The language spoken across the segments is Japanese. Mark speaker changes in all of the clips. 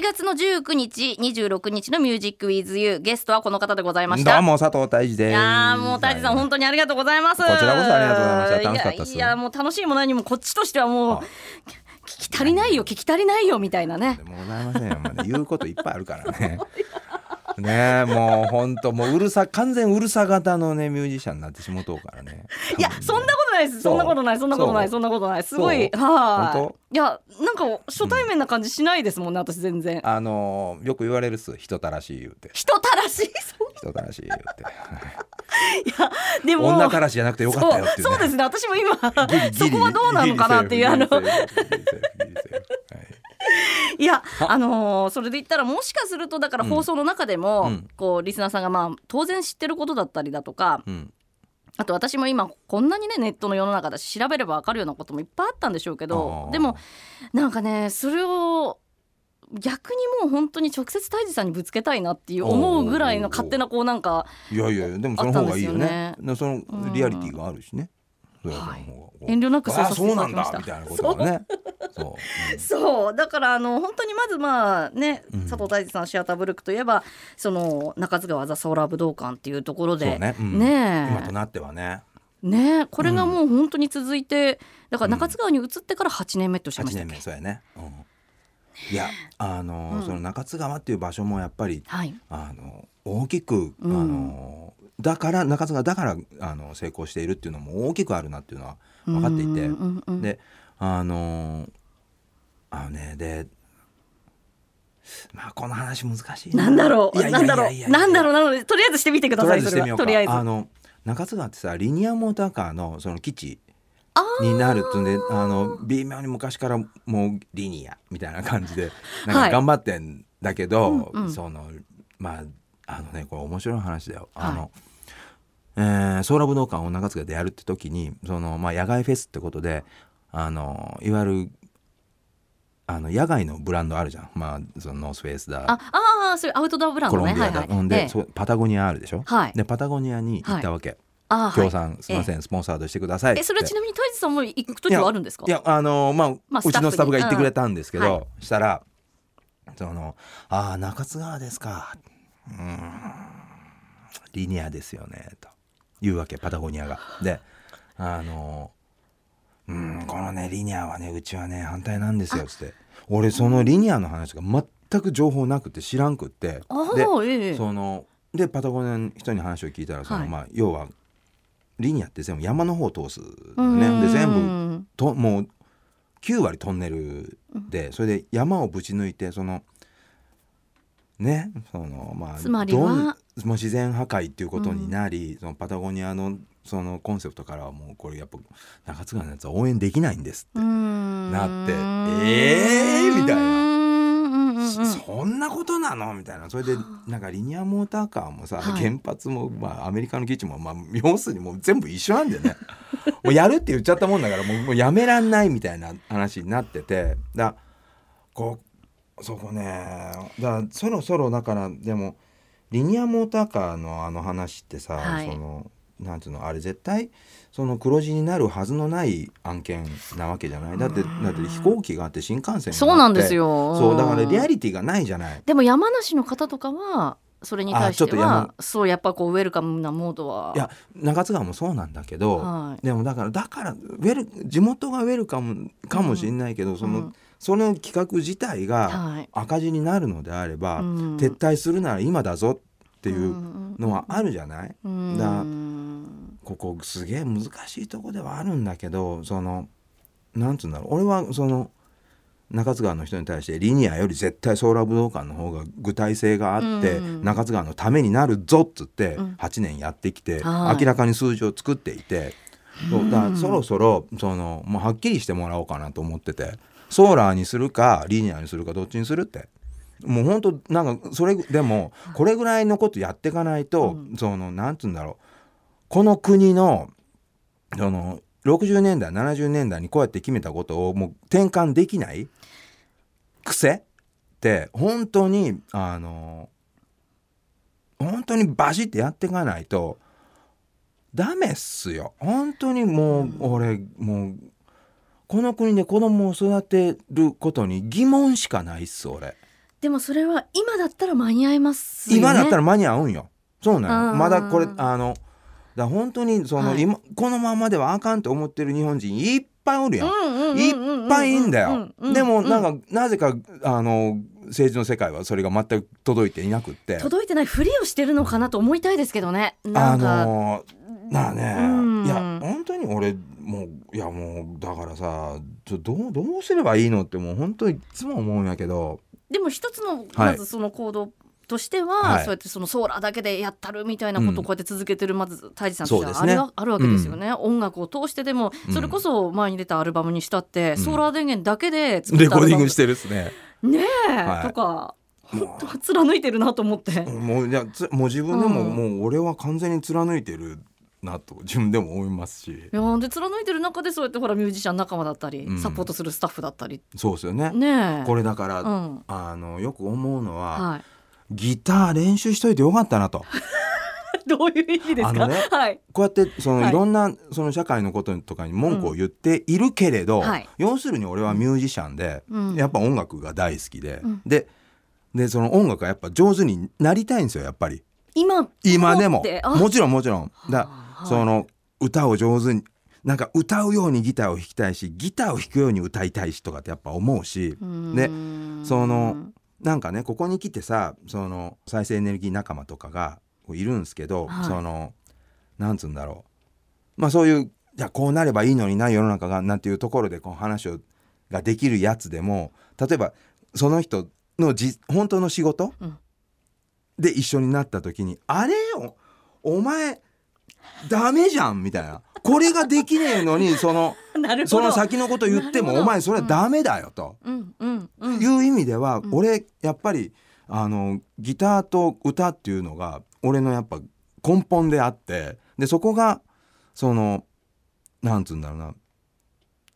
Speaker 1: 月の19日26日の「ミュージックウィズユーゲストはこの方でございました
Speaker 2: どうも佐藤大志です
Speaker 1: いやーもう大地さん本当にありがとうございます
Speaker 2: こちらこそありがとうございました楽しかったです
Speaker 1: いやいやもう楽しいも何もこっちとしてはもう
Speaker 2: あ
Speaker 1: 聞き足りないよ聞き足りないよみたいなね
Speaker 2: とんでもございませんよ、まだ言うこといっぱいあるからね ねえもうほんともううるさ完全うるさ型のねミュージシャンになってしもとうからね
Speaker 1: いやそんなことないですそんなことないそんなことない
Speaker 2: そ
Speaker 1: そ
Speaker 2: うん
Speaker 1: なことないす
Speaker 2: そう
Speaker 1: ごいは
Speaker 2: 本当
Speaker 1: いいやなんか初対面な感じしないですもんね私全然
Speaker 2: あのーよく言われるっす人たらしい言うて
Speaker 1: 人たらしいそ
Speaker 2: 人たらしい言うて
Speaker 1: うでも
Speaker 2: 女たらしじゃなくてよかったよってい
Speaker 1: そう
Speaker 2: う
Speaker 1: そう
Speaker 2: ね
Speaker 1: ですね私も今
Speaker 2: ギリギ
Speaker 1: そ
Speaker 2: リ
Speaker 1: こはどうなのかなっていうあの
Speaker 2: ギリセーフギリセーフギリセーフギリセーフはい
Speaker 1: いやあのーそれで言ったらもしかするとだから
Speaker 2: うん
Speaker 1: 放送の中でも、
Speaker 2: うん
Speaker 1: こうリスナーさんがまあ当然知ってることだったりだとか、
Speaker 2: うん
Speaker 1: あと私も今こんなにねネットの世の中だし調べればわかるようなこともいっぱいあったんでしょうけど
Speaker 2: あー
Speaker 1: でもなんかねそれを逆にもう本当に直接泰治さんにぶつけたいなっていう思うぐらいの勝手なこうなんか
Speaker 2: いやいやいやでもその方がいいよ
Speaker 1: あ
Speaker 2: ね
Speaker 1: っ
Speaker 2: そのリアリティがあるしね、それはその方がこう
Speaker 1: 遠慮なくそう
Speaker 2: あ
Speaker 1: さ
Speaker 2: あ
Speaker 1: せ
Speaker 2: そ
Speaker 1: ていうた
Speaker 2: な
Speaker 1: だ
Speaker 2: ん
Speaker 1: きまし
Speaker 2: だ
Speaker 1: た
Speaker 2: みたいなことがねそう
Speaker 1: そうだからあの本当にまずまあね、
Speaker 2: うん
Speaker 1: 佐藤大地さんシアターブルックといえばその中津川ザ・ソーラー武道館っていうところ
Speaker 2: うん
Speaker 1: で
Speaker 2: そうね,、うん、
Speaker 1: ね
Speaker 2: 今となってはね
Speaker 1: えねえこれがもう本当に続いて、だから中津川に移ってから8年目とおっしゃいま
Speaker 2: 8
Speaker 1: したっ
Speaker 2: 年
Speaker 1: け
Speaker 2: 目そうやね、うん、いやあのー
Speaker 1: うん
Speaker 2: その中津川っていう場所もやっぱり
Speaker 1: はい
Speaker 2: あの大きく、
Speaker 1: うん
Speaker 2: あのだから中津川だからあの成功しているっていうのも大きくあるなっていうのは分かっていて
Speaker 1: うんうんうん
Speaker 2: であのあのねでまあこの話難しい
Speaker 1: なんだろう
Speaker 2: いやいや
Speaker 1: ないんだ
Speaker 2: や
Speaker 1: ろ
Speaker 2: いや
Speaker 1: うなんだろうなのでとりあえずしてみてくだ
Speaker 2: とり
Speaker 1: さ
Speaker 2: あえ
Speaker 1: い
Speaker 2: ずしてみよ
Speaker 1: それは
Speaker 2: う
Speaker 1: とりあえ
Speaker 2: か
Speaker 1: ず
Speaker 2: あの中津川ってさリニアモーターカーのその基地になるっていうんであの微妙に昔からもうリニアみたいな感 じでなん
Speaker 1: は
Speaker 2: か
Speaker 1: い
Speaker 2: 頑張ってんだけど、
Speaker 1: うんうん
Speaker 2: そのまああのねこれ面白い話だよ。
Speaker 1: はい
Speaker 2: あのえーソーラー武道館を中津川でやるって時にその、まあ、野外フェスってことであのいわゆるあの野外のブランドあるじゃん、まあ、そのノースフェイスだ
Speaker 1: ああーそれアウトドアブラン
Speaker 2: コ
Speaker 1: ド
Speaker 2: ロ
Speaker 1: ね
Speaker 2: ンビアだ、
Speaker 1: はいは
Speaker 2: う
Speaker 1: い
Speaker 2: んで、
Speaker 1: ええ
Speaker 2: そうパタゴニアあるでしょ、
Speaker 1: はい
Speaker 2: でパタゴニアに行ったわけ、
Speaker 1: あーは
Speaker 2: 協
Speaker 1: い
Speaker 2: 賛すいません、スポンサードしてくださいって
Speaker 1: えそれはちなみに大地さんも行く時はあるんですか
Speaker 2: いやあのまあ、
Speaker 1: まあ
Speaker 2: うちの
Speaker 1: ス
Speaker 2: ス
Speaker 1: タ
Speaker 2: タッ
Speaker 1: ッフに
Speaker 2: フが言ってくれたんですけど、
Speaker 1: うんは
Speaker 2: したらその「ああ中津川ですか」うーん「リニアですよね」というわけパタゴニアが。であのうーんこのねリニアはねうちはね反対なんですよ」つって俺そのリニアの話が全く情報なくて知らんくって
Speaker 1: ああ
Speaker 2: で
Speaker 1: ーええ
Speaker 2: そのでパタゴニアの人に話を聞いたらその、
Speaker 1: はい
Speaker 2: まあ、要はリニアって全部山の方を通す
Speaker 1: う
Speaker 2: のね
Speaker 1: ん
Speaker 2: で全部ともう9割トンネルでそれで山をぶち抜いてそのねそのまあ
Speaker 1: つまり
Speaker 2: どん
Speaker 1: は
Speaker 2: もう自然破壊っていうことになり、そのパタゴニアのそのコンセプトからはもうこれやっぱ中津川のやつは応援できないんですって、
Speaker 1: な
Speaker 2: なってえーみたいな
Speaker 1: な
Speaker 2: そそんなことなのみたいなそれでなんかリニアモーターカーもさ、
Speaker 1: はい
Speaker 2: 原発も、まあ、アメリカの基地も、まあ、要するにもう全部一緒なんだよね もうやるって言っちゃったもんだからもうもうやめらんないみたいな話になっててだこうそこねだからそろそろだからでもリニアモーターカーのあの話ってさ、
Speaker 1: はい
Speaker 2: そのなんていうのあれ絶対その黒字になるはずのない案件なわけじゃないだってだって飛行機があって新幹線があって
Speaker 1: そうなんですよ
Speaker 2: そうだからリアリティがないじゃない。
Speaker 1: でも山梨の方とかはそれに対して
Speaker 2: あちょっと
Speaker 1: は
Speaker 2: 山
Speaker 1: そうやっぱこうウェルカムなモードはい
Speaker 2: や中津川もそうなんだけど、
Speaker 1: はい
Speaker 2: でもだからだからウェル地元がウェルカムかもしれないけど、その、
Speaker 1: うん
Speaker 2: その企画自体が
Speaker 1: はい
Speaker 2: 赤字になるのであれば、
Speaker 1: うん
Speaker 2: 撤退するなら今だぞっていう
Speaker 1: う
Speaker 2: のはあるじゃない、
Speaker 1: ん
Speaker 2: だ
Speaker 1: うん
Speaker 2: ここすげえ難しいとこではあるんだけどそのなんつうんだろう俺はその中津川の人に対してリニアより絶対ソーラー武道館の方が具体性があって、
Speaker 1: うん
Speaker 2: 中津川のためになるぞっつって
Speaker 1: うん
Speaker 2: 8年やってきて、
Speaker 1: はい
Speaker 2: 明らかに数字を作っていて、そうだか
Speaker 1: うん
Speaker 2: らそろそろそのもうはっきりしてもらおうかなと思っててソーラーにするかリニアにするかどっちにするって。もうほんとなんかそれでもこれぐらいのことやっていかないと、そのなんつうんだろうこの国のその60年代70年代にこうやって決めたことをもう転換できない癖って本当にあの本当にバシッてやっていかないとダメっすよ本当にもう俺もうこの国で子供を育てることに疑問しかないっす俺
Speaker 1: でもそれは今だったら間に合いますよね。
Speaker 2: 今だったら
Speaker 1: ら
Speaker 2: 間に合うんよそうな
Speaker 1: あー
Speaker 2: のまだこれあのだから本当にその、
Speaker 1: はい
Speaker 2: 今このままではあかんと思ってる日本人いっぱいおるやん,、
Speaker 1: い
Speaker 2: いっぱいいんだよ、でもなんかなぜかあの政治の世界はそれが全く届いていなくって
Speaker 1: 届いてないふりをしてるのかなと思いたいですけどね。な
Speaker 2: あ
Speaker 1: んか
Speaker 2: のなあね、
Speaker 1: うん
Speaker 2: いや本当に俺もういやもうだからさちょどうどうすればいいのってもう本当いつも思うんやけど
Speaker 1: でも一つ
Speaker 2: は
Speaker 1: の
Speaker 2: い
Speaker 1: まずその行動としては、
Speaker 2: はい
Speaker 1: そうやってそのソーラーだけでやったるみたいなこと
Speaker 2: う
Speaker 1: を
Speaker 2: ん
Speaker 1: こうやって続けてるまず泰治さんとして
Speaker 2: そうで
Speaker 1: は
Speaker 2: す
Speaker 1: あ
Speaker 2: ね
Speaker 1: れはあるわけですよね、音楽を通してでも
Speaker 2: うん
Speaker 1: それこそ前に出たアルバムにしたって、
Speaker 2: うん
Speaker 1: ソーラー電源だけで作
Speaker 2: レ
Speaker 1: った
Speaker 2: コー
Speaker 1: アル
Speaker 2: ディ
Speaker 1: バ
Speaker 2: ン
Speaker 1: ム
Speaker 2: グしてるっすね。
Speaker 1: ねえ、
Speaker 2: はい
Speaker 1: とか
Speaker 2: もう
Speaker 1: 貫いてるなと思って、
Speaker 2: もういやつもう自分でも、
Speaker 1: うん
Speaker 2: もう俺は完全に貫いてるなと自分でも思いますし
Speaker 1: いやーで貫いてる中でそうやってほらミュージシャン仲間だったり、
Speaker 2: うん
Speaker 1: サポートするスタッフだったり
Speaker 2: そうですよね
Speaker 1: ねえ
Speaker 2: これだから、
Speaker 1: うん
Speaker 2: あのよく思うのは、
Speaker 1: は
Speaker 2: ギター練習しといてよかったなと
Speaker 1: い、 どういう意味です
Speaker 2: あ
Speaker 1: か、
Speaker 2: のね
Speaker 1: はい
Speaker 2: こうやってその、
Speaker 1: はい
Speaker 2: い、ろんなその社会のこととかに文句を言っているけれど、
Speaker 1: うんはい
Speaker 2: 要するに俺はミュージシャンで、
Speaker 1: うん
Speaker 2: やっぱ音楽が大好きで、
Speaker 1: うん
Speaker 2: ででその音楽がやっぱ上手になりたいんですよやっぱり
Speaker 1: 今
Speaker 2: 今でも
Speaker 1: ってあ
Speaker 2: もちろんもちろんだ
Speaker 1: はい
Speaker 2: その歌を上手になんか歌うようにギターを弾きたいしギターを弾くように歌いたいしとかってやっぱ思うしね
Speaker 1: ね
Speaker 2: そのなんかねここに来てさその再生エネルギー仲間とかがこういるんですけど、
Speaker 1: はい
Speaker 2: そのなんつうんだろうまあそういうじゃあこうなればいいのにな世の中がなんていうところでこう話をができるやつでも例えばその人のじ本当の仕事、
Speaker 1: うん
Speaker 2: で一緒になった時に「あれよお前ダメじゃん」みたいなこれができねえのにそ の
Speaker 1: なるほど
Speaker 2: その先のこと言って
Speaker 1: なるほ
Speaker 2: も「
Speaker 1: ど
Speaker 2: お前それはダメだよ」と。
Speaker 1: うんうんうん
Speaker 2: いう意味では、
Speaker 1: ん
Speaker 2: 俺やっぱりあのギターと歌っていうのが俺のやっぱ根本であってでそこがそのなんつうんだろうな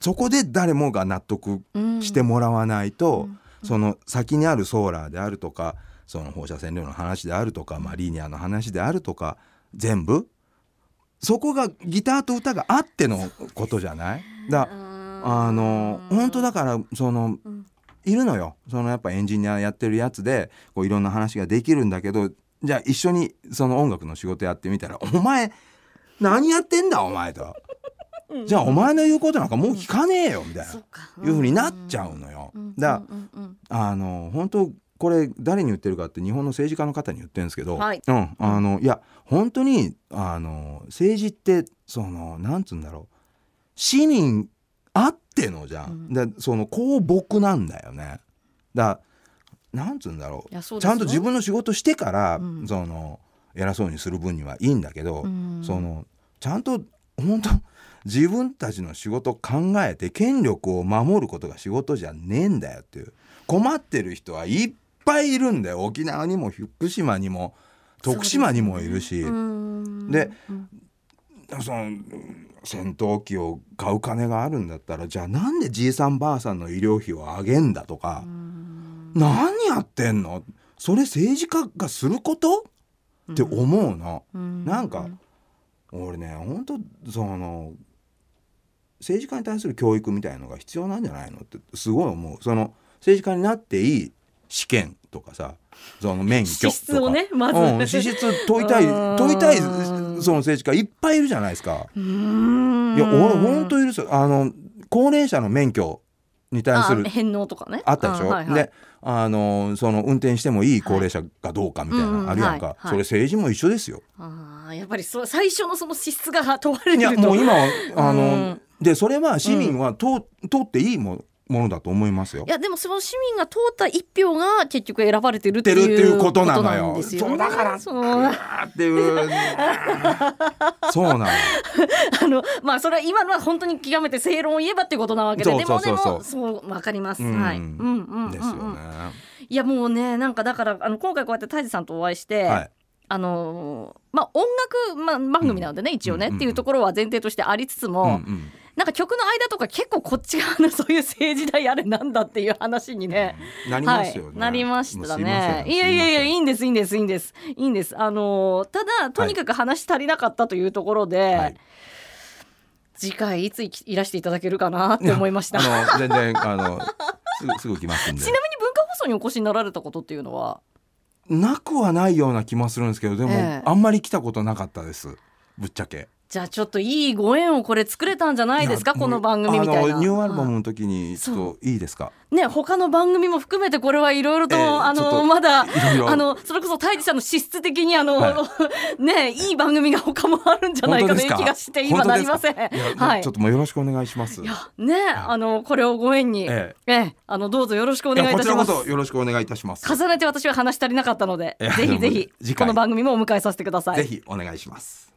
Speaker 2: そこで誰もが納得
Speaker 1: うん
Speaker 2: してもらわないと、
Speaker 1: うん
Speaker 2: その先にあるソーラーであるとかその放射線量の話であるとか、まあ、リニアの話であるとか全部そこがギターと歌があってのことじゃないだあの本当だからその
Speaker 1: うん
Speaker 2: いるのよそのやっぱエンジニアやってるやつでこういろんな話ができるんだけどじゃあ一緒にその音楽の仕事やってみたら「お前何やってんだお前」と
Speaker 1: う
Speaker 2: 「
Speaker 1: ん
Speaker 2: じゃあお前の言うことなんかもう聞かねえよ」みたい
Speaker 1: そっ
Speaker 2: な
Speaker 1: か
Speaker 2: いうふうになっちゃうのよ
Speaker 1: うん。
Speaker 2: だ
Speaker 1: うんうんうん
Speaker 2: あの本当これ誰に言ってるかって日本の政治家の方に言ってるんですけど、
Speaker 1: はい
Speaker 2: うん、あのいや本当にあの政治ってそのなんつうんだろう市民あってのじゃん、だその公僕なんだよねだなんつうんだろう
Speaker 1: いやそう
Speaker 2: ち
Speaker 1: ですよ
Speaker 2: ゃんと自分の仕事してから、
Speaker 1: うん
Speaker 2: その偉そうにする分にはいいんだけど、
Speaker 1: うん
Speaker 2: そのちゃんと本当自分たちの仕事を考えて権力を守ることが仕事じゃねえんだよっていう困ってる人はいっぱいいるんだよ沖縄にも福島にも徳島にもいるしそ,、
Speaker 1: うん
Speaker 2: で
Speaker 1: うん
Speaker 2: のうん戦闘機を買う金があるんだったらじゃあなんでじいさんばあさんの医療費を上げんだとか、何やってんのそれ政治家がすることって思うの。
Speaker 1: うん
Speaker 2: なんか俺ね本当その政治家に対する教育みたいのが必要なんじゃないのってすごい思うその政治家になっていい試験とかさその免許とか
Speaker 1: 資質をねまず
Speaker 2: うん、資質問いたい
Speaker 1: うーん
Speaker 2: 問いたいその政治家いっぱいいるじゃないですか
Speaker 1: う
Speaker 2: い
Speaker 1: ん
Speaker 2: や俺本当いるですよあの高齢者の免許に対する
Speaker 1: あ返納とかね
Speaker 2: あったでしょ、
Speaker 1: あはいはい
Speaker 2: であのその運転してもいい高齢者がどうかみたいな
Speaker 1: はいうんうん
Speaker 2: のあるやんか、
Speaker 1: はいはい
Speaker 2: それ政治も一緒ですよ
Speaker 1: あーやっぱりそう最初のその資質が問われ
Speaker 2: い
Speaker 1: て
Speaker 2: や
Speaker 1: る
Speaker 2: も
Speaker 1: と
Speaker 2: う今はあ
Speaker 1: う
Speaker 2: の
Speaker 1: ん
Speaker 2: でそれは市民は通,、通っていいもものだと思いますよ
Speaker 1: い。やでもその市民が通った一票が結局選ばれてるって
Speaker 2: ってるって
Speaker 1: い
Speaker 2: いううことなのよ
Speaker 1: ことんですよね
Speaker 2: そうだから
Speaker 1: その
Speaker 2: あーっていう そうなの
Speaker 1: あのまあそれは今のは本当に極めて正論を言えばってことなわけで
Speaker 2: そうそうそう
Speaker 1: でもで
Speaker 2: そ
Speaker 1: も
Speaker 2: う
Speaker 1: そうわかります、
Speaker 2: うん
Speaker 1: はい、うんうんうんうん
Speaker 2: ですよね。
Speaker 1: いやもうねなんかだからあの今回こうやって泰治さんとお会いして、
Speaker 2: はい、
Speaker 1: あのーまあ音楽、まあ、番組なのでね、一応ね、
Speaker 2: うんうんうん
Speaker 1: っていうところは前提としてありつつも、
Speaker 2: うんうん
Speaker 1: なんか曲の間とか結構こっち側のそういう政治だやれなんだっていう話にね、
Speaker 2: なり
Speaker 1: は
Speaker 2: ま
Speaker 1: い
Speaker 2: すよね。
Speaker 1: なりましたね。
Speaker 2: もうす
Speaker 1: い
Speaker 2: ま
Speaker 1: や
Speaker 2: せん
Speaker 1: いやいや、
Speaker 2: す
Speaker 1: い
Speaker 2: ま
Speaker 1: いんです、いいんです、いいんです。いいんです。あのーただ、とにかく話足りなかったというところで、
Speaker 2: せんはい
Speaker 1: 次回いつい いらしていただけるかなって思いました。ちなみ
Speaker 2: あの全然あのすぐすぐ来ますんで。
Speaker 1: に文化放ソにお越しになられたことっていうのは
Speaker 2: なくはないような気もするんですけどでも、
Speaker 1: ええ
Speaker 2: あんまり来たことなかったですぶっちゃけ
Speaker 1: じゃあちょっといいご縁をこれ作れたんじゃないですか
Speaker 2: や
Speaker 1: この番組みたい
Speaker 2: あ
Speaker 1: な
Speaker 2: のニューアルバムの時にちょっといいですか
Speaker 1: ね他の番組も含めてこれはいろいろと、
Speaker 2: ええ
Speaker 1: あ
Speaker 2: ちょっと
Speaker 1: のまだ
Speaker 2: いろいろ
Speaker 1: あのそれこそ太地さんの資質的にあの、
Speaker 2: は
Speaker 1: ねいい番組が他もあるんじゃないかという気がして今なりません。
Speaker 2: いや
Speaker 1: はい
Speaker 2: ちょっともうよろしくお願いします
Speaker 1: いやねあのこれをご縁に、
Speaker 2: え
Speaker 1: ええあのどうぞよろしくお願いい
Speaker 2: こ
Speaker 1: た
Speaker 2: ち
Speaker 1: し
Speaker 2: らこ
Speaker 1: ます。
Speaker 2: そよろしくお願いいたします
Speaker 1: 重ねて私は話し足りなかったので
Speaker 2: いや
Speaker 1: ぜひぜ
Speaker 2: でも次
Speaker 1: ひ
Speaker 2: 回
Speaker 1: この番組もお迎えさせてください。
Speaker 2: ぜひお願いします